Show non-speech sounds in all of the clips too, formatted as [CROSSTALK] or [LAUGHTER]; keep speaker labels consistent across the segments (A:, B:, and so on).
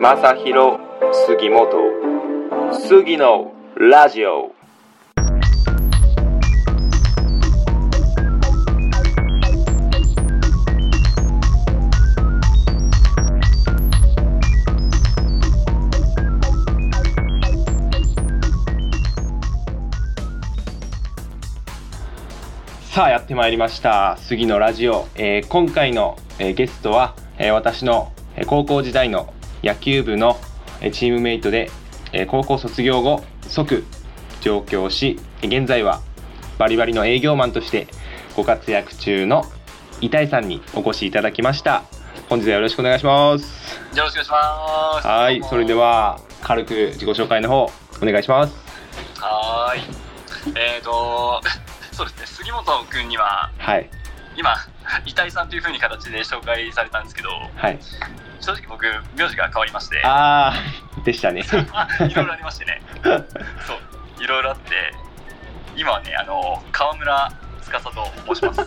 A: 正弘杉本杉のラジオさあやってまいりました杉のラジオ、えー今回の、えーゲストは、えー私のえー高校時代の野球部のえーチームメイトで、えー高校卒業後即上京し現在はバリバリの営業マンとしてご活躍中の板井さんにお越しいただきました本日はよろしくお願いします
B: よろしくお願いします。
A: はいそれで。は軽く自己紹介の方お願いします
B: はーい。えっ、ー、と、 [LAUGHS] そうですね、杉本くんには、
A: はい
B: 今、遺体さんというふうに形で紹介されたんですけど、
A: はい
B: 正直僕、名字が変わりまして、
A: あー [LAUGHS] でしたね
B: いろいろありまして
A: [LAUGHS]
B: ね、そう、いろいろあって、今はね、あの、川村司と申
A: [LAUGHS]
B: します。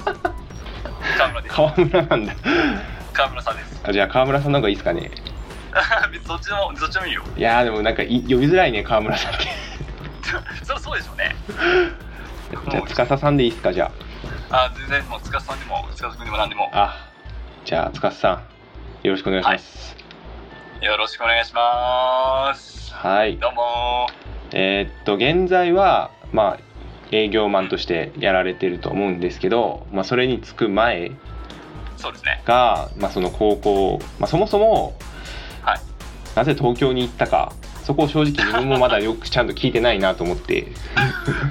B: 川村です。
A: 川村なんだ
B: 川村さんです。 [LAUGHS]
A: あじゃあ川村さんの方がいいですかね
B: 別にどっちでも、どっちでもいいよ。
A: いやーでもなんかい呼びづらいね川村さんって [LAUGHS]
B: そりゃそうでしょうね。
A: じゃあ司さんでいいですかじゃ
B: あ全然、もう、司さんでも、司くんでも何でも、
A: ああじゃあ司さんよろしくお願いします
B: よろしくお願いします。
A: はい
B: どうも
A: えーっと現在はまあ営業マンとしてやられてると思うんですけど、まあ、それにつく前
B: ーそうですね。
A: が、まあ、その高校、まあ、そもそも、
B: はい
A: なぜ東京に行ったかそこを正直自分もまだよくちゃんと聞いてないなと思って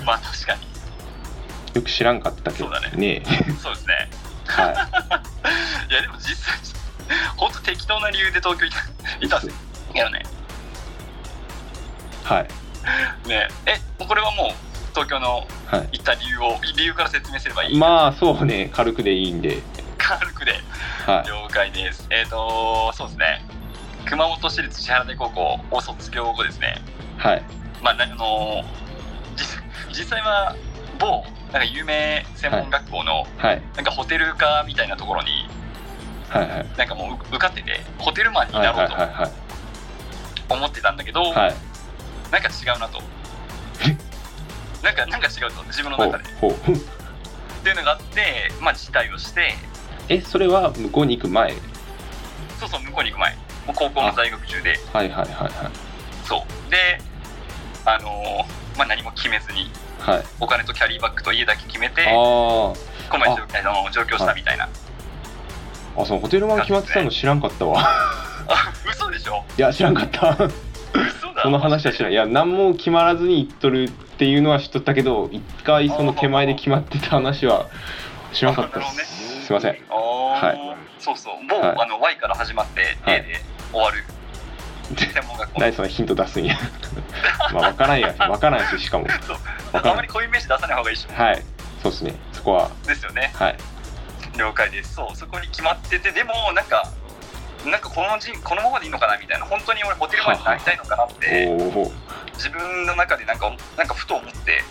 B: まあ確かに。
A: よく知らんかったけど
B: そうだ
A: ね
B: そうですね。
A: はい
B: やでも実際、本当適当な理由で東京いたいたんですよ。ね。
A: い、はい
B: ねえ、これはもう東京の
A: は
B: 行った理由を、理由から説明すればい
A: い、
B: い。
A: まあそうね軽くでいいんで
B: 軽くで
A: はい
B: 了解です。えっ、と、そうですね。熊本市立千原台高校を卒業後ですね。
A: はい
B: まあ、なあの実、実際は某、なんか有名専門学校の、
A: はい
B: なんかホテル科みたいなところに、
A: はいはい
B: なんかもう受かってて、ホテルマンに
A: はい
B: な
A: はい
B: ろ
A: うはいはい
B: と思ってたんだけど、
A: はい
B: なんか違うなと。なんか、なんか違うと、自分の
A: ほ
B: 中
A: う
B: で。
A: ほう
B: っていうのがあって、まあ、辞退をして、
A: えそれは向こうに行く前
B: そうそう、向こうに行く前、もう高校の在学中で、
A: はいはいはいはい
B: そう。で、あのーまあ、何も決めずに、
A: はい
B: お金とキャリーバッグと家だけ決め
A: あ
B: て、
A: ー
B: 小町上京あの上京したみたいな。 [LAUGHS]
A: あそのホテルマン決まってたの知らんかったわ
B: あ、嘘でしょ
A: [LAUGHS] いや知らんかった
B: [LAUGHS] 嘘だ。
A: その話は知らんいや何も決まらずに行っとるっていうのは知っとったけど一回その手前で決まってた話は知らんかったっ
B: あなるほどね
A: すすいません
B: は、
A: はい
B: そうそう、もう、
A: はい
B: あの Y から始まって
A: はい
B: A で終わる専門学校
A: 何そのヒント出すんや [LAUGHS] まあ分からん
B: [LAUGHS]
A: や分からんししかも
B: そう
A: わかんない
B: あまりこういう名詞出さない方がいいし
A: はいそうっすねそこは
B: ですよね
A: はい
B: 了解ですそうそこに決まっててでもなんかなんかこの人このままでいいのかなみたいな本当に俺ホテルマンになりたいのかなって
A: おお
B: 自分の中でなんかなんかふと思って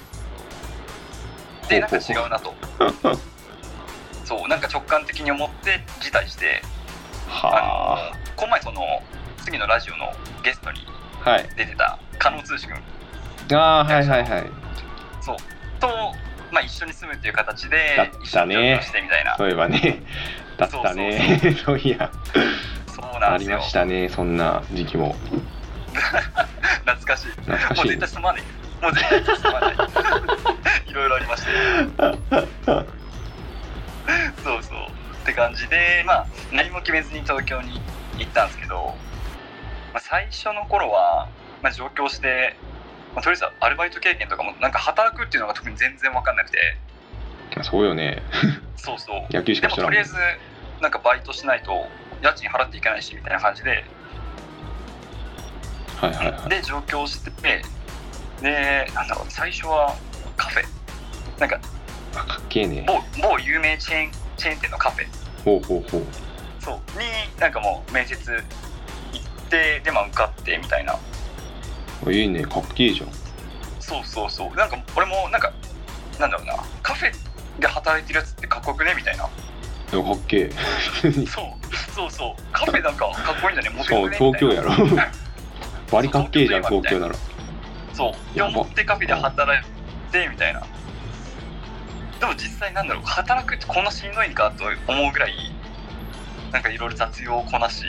B: でなんか違う
A: [LAUGHS]
B: なとそうなんか直感的に思って辞退して
A: は
B: あのこの前その次のラジオのゲストに
A: あはい
B: 出てた加納通志君
A: ああはいはいはい
B: そうと、まあ、一緒に住むっていう形で
A: だったね
B: 一緒に上京してみたいな
A: そういえば
B: [LAUGHS]
A: ねだったねそういや
B: そうな
A: あ
B: んで
A: り
B: すよ
A: ましたねそんな時期も
B: 懐かしい
A: 懐か
B: も
A: しい
B: う絶対すまないもう絶対すまない [LAUGHS] いろいろありましてそうそうって感じでまあ何も決めずに東京に行ったんですけど、まあ、最初の頃は、まあ、上京して、まあ、とりあえずアルバイト経験とかもなんか働くっていうのが特に全然分かんなくて
A: そうよね
B: そうそう
A: 野球し
B: で
A: かし
B: も
A: てな
B: とりあえ
A: い
B: ずなんかバイトしないと家賃払っていけないしみたいな感じで
A: はいはいはい
B: で上京してでなんだろう最初はカフェなんか
A: あかっけえね
B: 某某有名チェーンチェーン店のカフェ
A: ほうほうほう
B: そうになんかもう面接行ってでまあ受かってみたいな
A: あいいねかっけえじゃん
B: そうそうそうなんか俺もなんかなんだろうなカフェで働いてるやつってかっこよくねみたいな
A: でもかっけえ普通に
B: そうそうそうカフェなんかかっこいいんだねモテ
A: そう
B: るねみ
A: 東
B: たい
A: 京
B: な
A: やろ割りかっけえじゃん
B: そう
A: 東京なら
B: そうで
A: やば
B: 思ってカフェで働いてみたいなでも実際なんだろう働くってこんなしんどいんかと思うぐらいなんかいろいろ雑用をこなし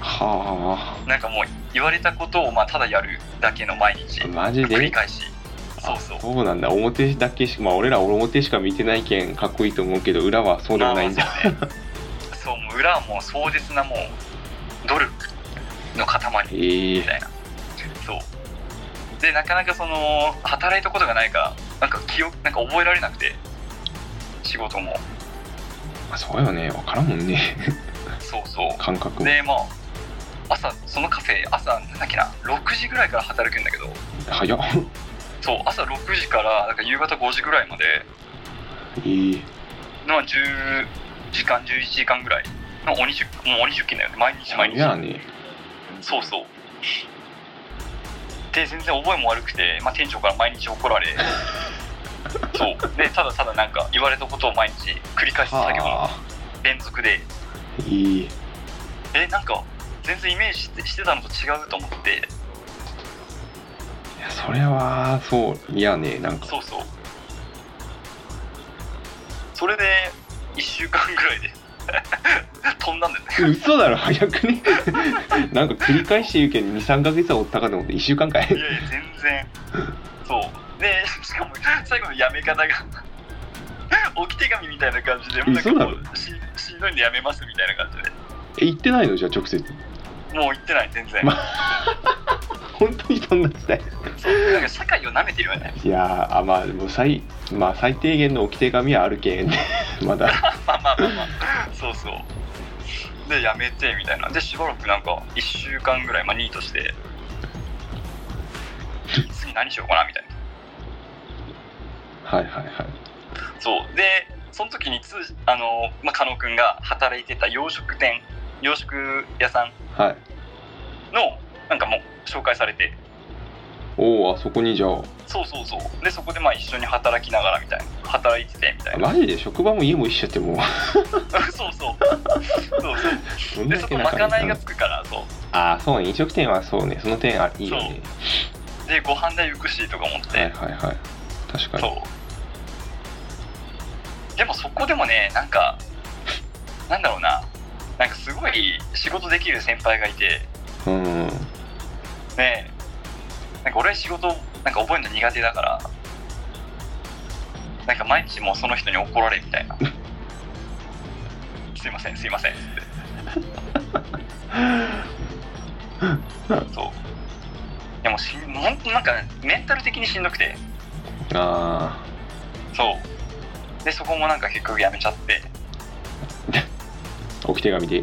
A: は
B: なんかもう言われたことをまあただやるだけの毎日
A: あマジ
B: 繰り
A: で
B: 返しそうそう
A: そうなんだ表だけしかまあ俺ら表しか見てないけんかっこいいと思うけど裏はそうでもないんだ
B: まあ
A: [LAUGHS]
B: まあそうねそうもう裏はもう壮絶なもう努力の塊
A: え
B: み
A: ー、
B: たいなそうでなかなかその働いたことがないからなんか記憶なんか覚えられなくて仕事も
A: まあそうよね分からんもんね [LAUGHS]
B: そうそう
A: 感覚も
B: でまあ朝そのカフェ朝なんだっけな6時ぐらいから働くんだけど
A: 早っ [LAUGHS]
B: そう朝6時からなんか夕方5時ぐらいまで
A: えー、
B: の10時間11時間ぐらいの鬼出もう鬼出勤だよね毎日毎日
A: やね
B: そうそう。で、全然覚えも悪くて、まあ、店長から毎日怒られ、そう。で、ただただなんか言われたことを毎日繰り返す作業の
A: はあ
B: 連続で、
A: えー、
B: え、なんか全然イメージしてしてたのと違うと思って、
A: いやそれはそう嫌ねなんか
B: そうそう。それで、1週間ぐらいで [LAUGHS] 飛んだんだ [LAUGHS] よね。
A: 嘘だろ早くね [LAUGHS] なんか繰り返して言うけん23ヶ月はおったかと思って1週間か
B: い
A: い
B: やいや、全然。そう。で、しかも最後のやめ方が、 [LAUGHS] 置き手紙みたいな感じで、もうなんかもうししんどいんでやめますみたいな感じで、
A: え行ってないのじゃあ直接
B: もう言ってない、全然。
A: ま本当にそんな時代
B: そうなんか社会を舐めてるよね。 [LAUGHS]
A: いやーあまあでも最まあ最低限の置き手紙はあるけん [LAUGHS] まだ
B: まあまあまあまあ、そうそう。で、やめてみたいな。で、しばらくなんか、1週間ぐらい、まあ、ニートして、次何しようかなみたいな。
A: はいはいはい
B: そうでその時につあの、まあ、加納君が働いてた洋食店洋食屋さん
A: はい
B: のなんかもう紹介されて
A: おおあそこにじゃあ
B: そうそうそうでそこでまあ一緒に働きながらみたいな働いててみたいな
A: マジで職場も家も一緒ってもう
B: [LAUGHS] そうそうそうそ
A: ど
B: うんで
A: だ
B: そ
A: け
B: こま
A: 仲
B: かない
A: いい
B: が
A: の
B: つくからそう
A: ああそうね飲食店はそうねその点あいいよね
B: でご飯代浮くしとか思って、
A: はいはいはい確かに
B: そうでもそこでもねなんかなんだろうななんかすごい仕事できる先輩がいて
A: うん
B: ねえなんか俺仕事なんか覚えるの苦手だからなんか毎日もうその人に怒られみたいな [LAUGHS] すいませんすいま
A: [LAUGHS]
B: せんっつってそうでもしんほんとなんかねメンタル的にしんどくて
A: あ
B: そうでそこもなんか結局やめちゃって
A: あ置き手紙で
B: い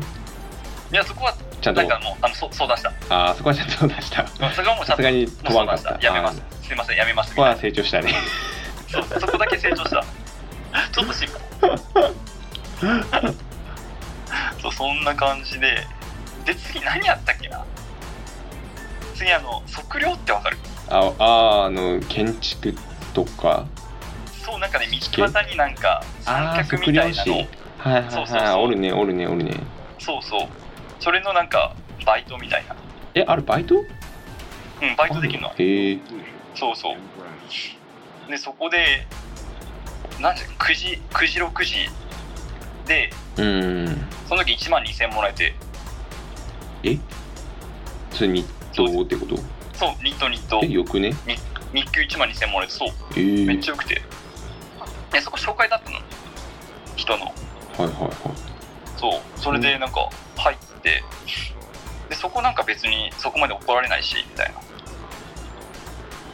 B: やそこは
A: ちゃんと
B: なんかもうあのそ相談した
A: ああそこはちゃんと出
B: [LAUGHS]
A: した
B: そこはもうち
A: さ
B: ゃんと
A: す
B: も
A: がに
B: う
A: 飛ば
B: 相
A: んか
B: 談
A: っ
B: した
A: た
B: やめま
A: あ
B: す
A: ー
B: すいませんやめま
A: そ
B: すみ
A: こ
B: たい
A: は
B: な
A: 成長したね
B: そうそこだけ成長
A: [LAUGHS]
B: した。ちょっと進歩。そうそんな感じで、で次何やったっけな。次あの測量ってわかる。
A: ああーあの建築とか
B: そうなんかね道端になんか三
A: ああ
B: 脚
A: 測
B: みた
A: 量
B: いな
A: 士
B: の。
A: はいはい
B: そうそう
A: はい
B: そう
A: おるねおるねおるね
B: そうそう。それのなんかバイトみたいな。
A: えあれバイト
B: うんバイトできるの。
A: へえ
B: そうそう。でそこで何時九時九時六時で
A: うん
B: その時一万二千もらえて。
A: 普通にどうってこと
B: そうニットニット
A: えよくね
B: 日給1万2000もらえてそう
A: ええ
B: めっちゃよくて、えそこ紹介だったの人の
A: はいはいは
B: そうそれでなんか入って、でそこなんか別にそこまで怒られないしみたい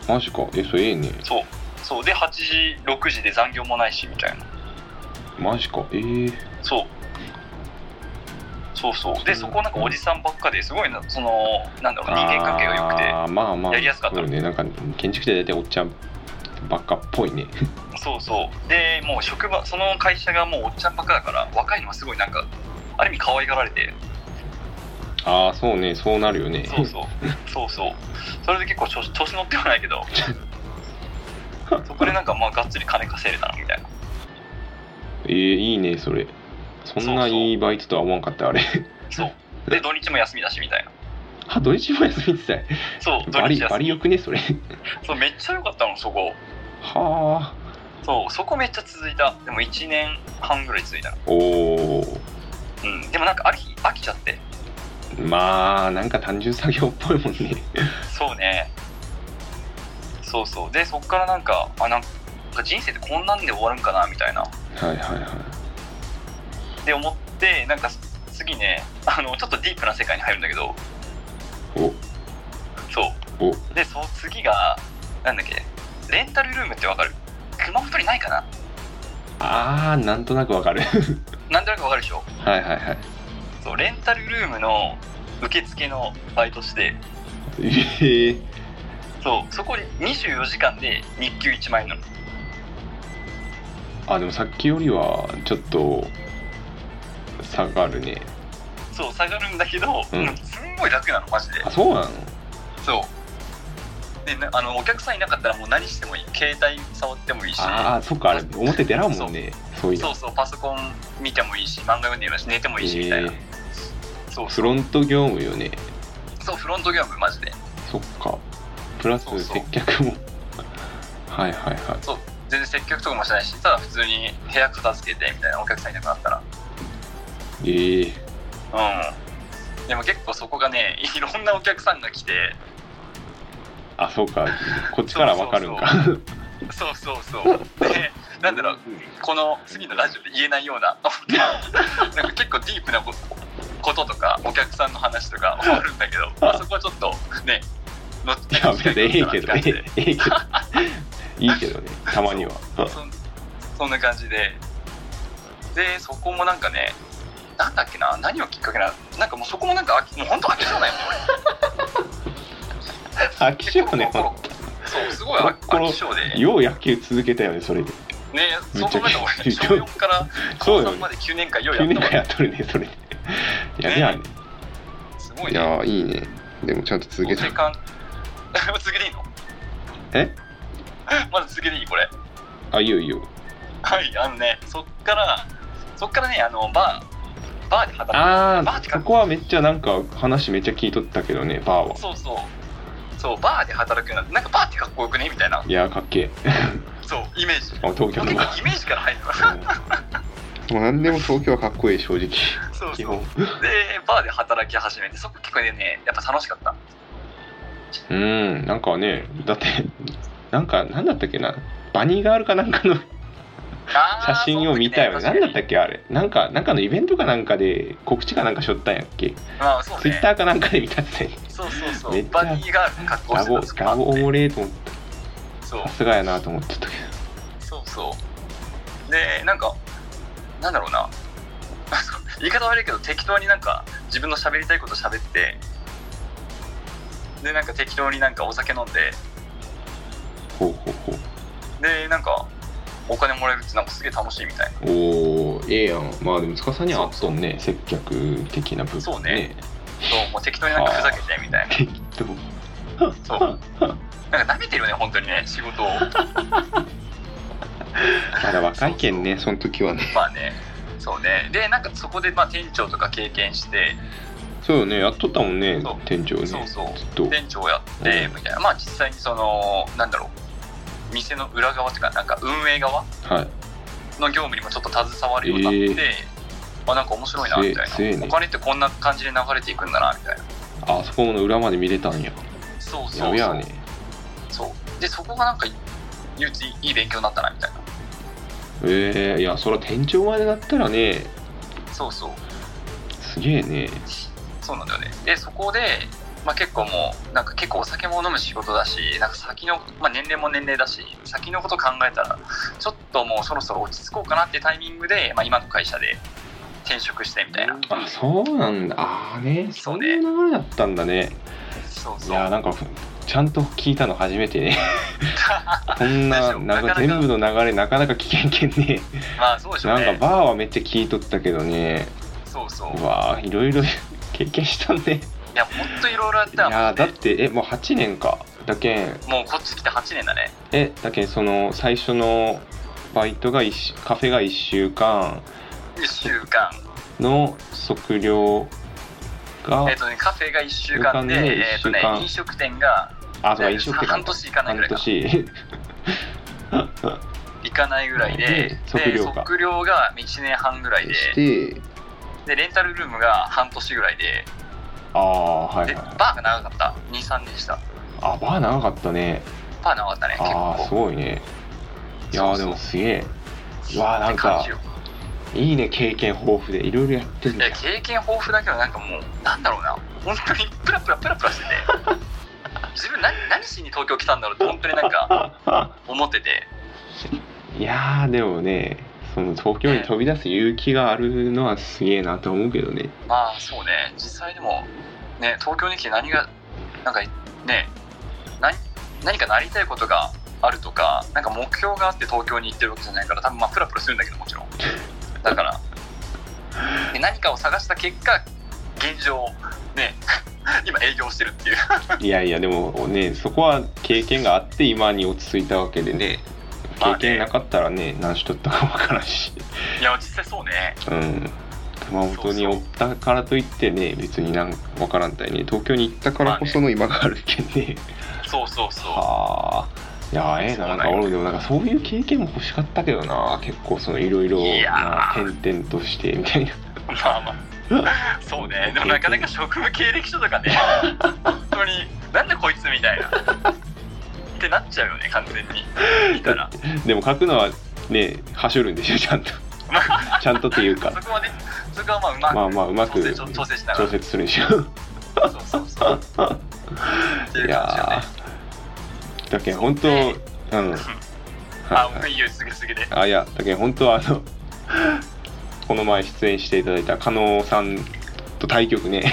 B: ない
A: マジかえそれええね
B: そうそうで8時6時で残業もないしみたいな
A: マジかええ
B: そうそうそうでそこなんかおじさんばっかですごいなそのなんだろう人間関係が良くて
A: あーまあまあ
B: やりやすかった
A: そうねなんか建築って大体おっちゃんばっかっぽいね [LAUGHS]
B: そうそうでもう職場その会社がもうおっちゃんばっかだから若いのはすごいなんかある意味可愛がられて
A: ああそうねそうなるよね
B: そうそうそうそうそれで結構調子調子乗ってはないけどそこでなんかまあがっつり金稼いでたのみたいな
A: ええいいねそれそんないいバイトとは思わんかったあれ [LAUGHS]
B: そうで土日も休みだしみたいな
A: あ土日も休みってたよ
B: そう [LAUGHS] 土
A: バ
B: 日
A: リバ
B: 休
A: リよ
B: み
A: くねそれ [LAUGHS]
B: そうめっちゃ良かったのそこ
A: はあ
B: そうそこめっちゃ続いたでも1年半ぐらい続いたの
A: おお
B: うんでもなんかある日飽きちゃって
A: まあなんか単純作業っぽいもんね [LAUGHS]
B: そうねそうそうでそっからなんかあなんか人生ってこんなんで終わるんかなみたいな
A: はいはいはい
B: で思ってなんか次ねあのちょっとディープな世界に入るんだけどそう
A: おお
B: でその次がなんだっけレンタルルームってわかる熊本にないかな
A: あーなんとなくわかる [LAUGHS]
B: なんとなくわかるでしょ
A: はいはいはい
B: そうレンタルルームの受付のバイトして
A: ええ
B: そうそこに24時間で日給1万円なの
A: あでもさっきよりはちょっと差があるね
B: そう下がるんだけど、
A: うん
B: うんすんごい楽なのマジで
A: あそうなの
B: そうでなあのお客さんいなかったらもう何してもいい携帯触ってもいいし
A: ああそっかあれ表出らんもんねそういうの
B: そうそうパソコン見てもいいし漫画読んでもいいし寝てもいいしみたいな、
A: え
B: そう
A: ーフロント業務よね
B: そうフロント業務マジで
A: そっかプラス
B: そうそう
A: 接客も [LAUGHS] はいはいはい
B: そう全然接客とかもしないしただ普通に部屋片付けてみたいなお客さんいなくなったら
A: ええ
B: うんでも結構そこがねいろんなお客さんが来て
A: あそうかこっちからわかるんか
B: そうそうそうでなんだろうこの次のラジオで言えないような [LAUGHS] なんか結構ディープなことこととかお客さんの話とかあるんだけど、まあ、そこはちょっとねのっ
A: [LAUGHS] いや別にええけど
B: なんか機会があったらって感
A: ね
B: じ
A: ええけど
B: で
A: いいけどねたまには
B: そんそんな感じででそこもなんかねなんだっけな何をきっかけななんかもうそこもなんか飽きもう本当飽きそうないもん俺
A: 飽き性ね
B: 結構こうそうすごい飽
A: この
B: 飽き性でね
A: よう野球続けたよねそれで
B: そこまで
A: め
B: 俺
A: っちゃ
B: 小4から
A: そ
B: 高
A: うよ
B: 3
A: ね
B: まで9年間ようや
A: 9年
B: ったもん
A: 間やっとるねそれやべやね
B: すごい
A: い
B: ね
A: やいいねでもちゃんと続けた
B: 時 [LAUGHS] 間続けていいの
A: え
B: [LAUGHS] まだ続けていいこれ
A: あいいよいいよ
B: はいあのねそっからそっからねあのバーバーで働く
A: あ
B: バー
A: あ
B: って
A: そ
B: か
A: こはめっちゃなんか話めっちゃ聞いとったけどねバーは
B: そうそうそうバーで働くようになってなんかバーってかっこよくねみたいない
A: やーかっけえ
B: そうイメージ
A: あ東京
B: 結構
A: のバー
B: イメージから入る
A: [LAUGHS] も
B: の
A: う何でも東京はかっこいい正直
B: そう
A: 基
B: そう
A: 本
B: でバーで働き始めてそこ結構ねやっぱ楽しかった
A: うんなんかねだってなんかなんだったっけなバニーガールかなんかの
B: あー
A: 写真を見たよね
B: その
A: 何
B: 時
A: だったっけあれなんかなんかのイベントかなんかで告知かなんかしょったんやっけ
B: まあそう
A: ツイッ
B: ね
A: ターかなんかで見たって
B: そうそうそ
A: め
B: う
A: っちゃ
B: バディが格好
A: ガ
B: して
A: ボ
B: た時もあ
A: ガ
B: っ
A: ボお
B: て
A: もれーと思って
B: そ
A: さ
B: う
A: すがやなと思ってたけ
B: そうそうでなんかなんだろうな [LAUGHS] 言い方悪いけど適当になんか自分の喋りたいこと喋ってでなんか適当になんかお酒飲んで
A: どほうほうほう
B: でなんかお金もらえるってなんかすげえ楽しいみたいな
A: おーええやんまあでも司にはあったんね接客的な部分
B: そうねそうもう適当になんかふざけてみたいな
A: 適当
B: そうなんか舐めてるよね本当にね
A: [LAUGHS]
B: 仕事を
A: まだ若いけん [LAUGHS] ねその時はね
B: まあねそうねでなんかそこでまあ店長とか経験して
A: そうよねやっとったもんね
B: そう
A: 店長ね
B: そうそう
A: ずっと
B: 店長やってみたいなまあ実際にそのなんだろう店の裏側とかなんか運営側
A: はい
B: の業務にもちょっと携わるようになって、あなんか面白いなみた
A: すえ
B: い
A: すえ
B: な
A: ね
B: お金ってこんな感じで流れていくんだなみたいな
A: あそこの裏まで見れたんや
B: そうそう
A: や
B: そう
A: べやね
B: そうでそこがなんか唯一いい勉強になったなみたいな
A: ええいやそら店長までなったらね
B: そうそう
A: すげえね
B: そうなんだよねでそこで、まあ、結構もうなんか結構お酒も飲む仕事だしなんか先の、まあ、年齢も年齢だし先のこと考えたらちょっともうそろそろ落ち着こうかなってタイミングで、まあ、今の会社で転職してみたいな
A: あそうなんだああね
B: そ
A: そうう
B: ね
A: いう流れだったんだね
B: そう
A: い
B: そう
A: やーなんかふちゃんと聞いたの初めて
B: [LAUGHS]
A: ねこん
B: 大
A: な
B: 丈夫
A: な
B: なかなか
A: 全部の流れなかなか聞けんけんね
B: まあそうでしょう
A: なん
B: ね
A: かバーはめっちゃ聞いとったけどね
B: そうそう
A: うわーいろいろ [LAUGHS] 経験したね
B: いやほんといろいろやっ
A: い
B: た
A: や
B: ら
A: ーだってえもう8年かだけん
B: もうこっち来て8年だね
A: えだけんその最初のバイトが一週カフェが1週間
B: 1週間
A: の測量が
B: えっ、とねカフェが1週間で
A: 旅館で
B: えっ、と
A: 一
B: ね
A: 週間
B: 飲食店が
A: あそうか飲食店
B: 半年行かないぐ
A: 半
B: らいか
A: 年
B: 行かないぐらいで
A: で測
B: で
A: 量が
B: 測量が1年半ぐらい
A: [LAUGHS]
B: で
A: して
B: でレンタルルームが半年ぐらいで
A: ああはい、は
B: で
A: い、
B: バーが長かった23年でした
A: あバー長かったね
B: バー長かったね結
A: ああす
B: 構
A: ごいねいやー
B: そうそう
A: でもすげえわあなん
B: って感
A: か
B: じよ
A: いいね経験豊富でいろいろやってん
B: い
A: だ
B: や
A: よ
B: 経験豊富だけどなんかもうなんだろうな本当にプラプラプラプラし
A: [LAUGHS]
B: てて自分何何しに東京来たんだろうって本当になんか思ってて
A: いやーでもねその東京に飛び出す勇気があるのはすげえなと思うけど
B: [LAUGHS]
A: ね
B: まあそうね実際でもね東京に来て何がなんかね何何かなりたいことがあるとかなんか目標があって東京に行ってるわけじゃないから多分まあプラプラするんだけどもちろんだからで何かを探した結果現状ね今営業してるっていう
A: いやいやでもねそこは経験があって今に落ち着いたわけでね
B: まあ
A: 経
B: ね
A: 験なかったらね何しとったか分からんし
B: いや実際そうね
A: うん熊本におったからといってね別になんか分からんたいね東京に行ったからこその今があるけんね
B: そうそうそう
A: はあいやええななんか俺でもなんかそういう経験も欲しかったけどな結構そのいろいろ
B: いやー
A: 転々としてみたいな [LAUGHS]
B: まあまあそうねでもなかなか職務経歴書とかね本当になんでこいつみたいなってなっちゃうよね完全に見たら
A: でも書くのはねはしょるんでしょち
B: [LAUGHS]
A: ゃんとちゃんとっていうか
B: そこはねそこはまあうまく
A: まあまあうまく
B: 調整調整しなが
A: 調
B: ら
A: 節する
B: [LAUGHS]
A: んでしょ
B: そうそうそうっていう
A: い
B: 感じよね
A: やーだけん本当うんはい
B: [LAUGHS] あ
A: はい
B: 僕いいよすぐすぐで
A: あいやだけど本当はあのこの前出演していただいた加納さんと対局ね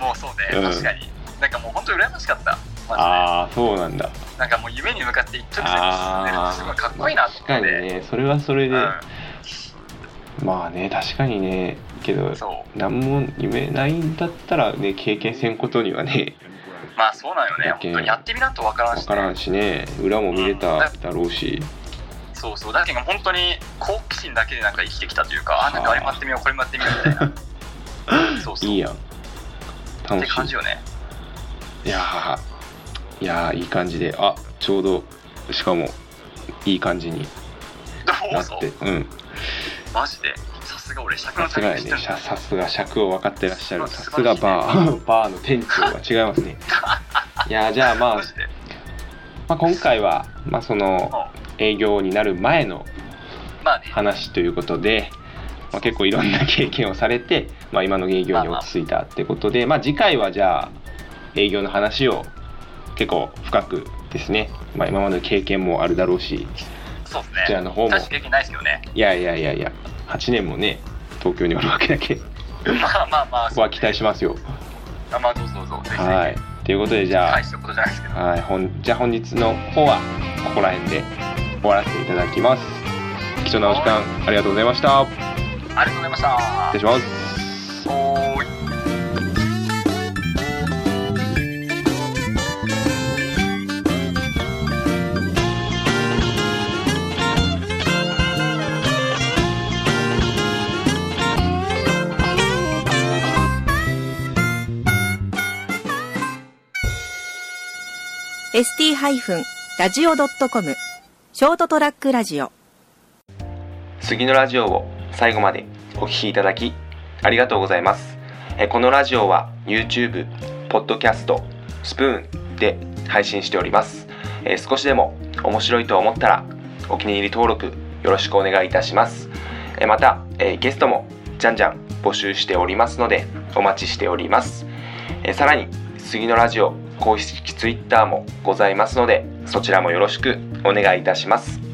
B: もうそうね、
A: うん
B: 確かになんかもう本当に羨ましかった
A: [LAUGHS]
B: マ
A: ああそうなんだ
B: ジでなんかもう夢に向かって一直線に進んでるの
A: あ
B: すごい
A: あ
B: かっこいいなと思っ
A: 確
B: て
A: かにねそれはそれで、
B: う
A: まあね確かにねけど
B: ん、そう
A: 何も夢ないんだったらね経験せんことにはね
B: まあそうなんよね
A: だけ
B: 本当にやってみなんとわからんし、
A: 分
B: ね、
A: からんしね裏も見れただろうし
B: そうそうだけど本当に好奇心だけでなんか生きてきたというかあなんかあれもやってみようこれもやってみようみたい
A: [LAUGHS]
B: なそうそう
A: いいやん
B: って
A: 楽
B: 感
A: し
B: じよね
A: いいやーいやーいい感じであちょうどしかもいい感じに
B: ど
A: な
B: う
A: っ
B: ぞ
A: てうん
B: マジでさすが俺尺の
A: さすが
B: 旅
A: や
B: し
A: ね
B: てる
A: ささすが尺を分かってらっしゃるさ
B: 素
A: す
B: 晴ら
A: が
B: しい
A: バー [LAUGHS] バーの店長は違います
B: [LAUGHS]
A: ねいやーじゃあまあ、
B: マジで
A: まあ、今回は、まあ、その営業になる前の
B: まあね
A: 話ということで、まあ、結構いろんな経験をされて、まあ、今の営業に落ち着いたってことで、まあ、次回はじゃあ営業の話を結構深くですね、まあ、今までの経験もあるだろうし
B: そうです
A: こちら
B: ね
A: の方も
B: 確かにないですよね [LAUGHS]
A: いやいやいやいや8年もね東京におるわけだけこ
B: まあまあまあ
A: こは期待しますよ。
B: あまあどうぞどうぞぜひぜひ
A: はいということでじゃあ
B: 大したことじゃないですけど
A: はい、ほんじゃあ本日の方はここら辺で終わらせていただきます。貴重なお時間ありがとうございました。失
B: ありがとうございました
A: 礼します。
B: おーい
C: s t r a d i o c o m ショートトラックラジオ
A: 次のラジオを最後までお聞きいただきありがとうございます。えこのラジオは YouTube、Podcast、スプーンで配信しております。え少しでも面白いと思ったらお気に入り登録よろしくお願いいたします。えまた、えゲストもじゃんじゃん募集しておりますのでお待ちしております。えさらに次のラジオ公式 Twitter もございますのでそちらもよろしくお願いいたします。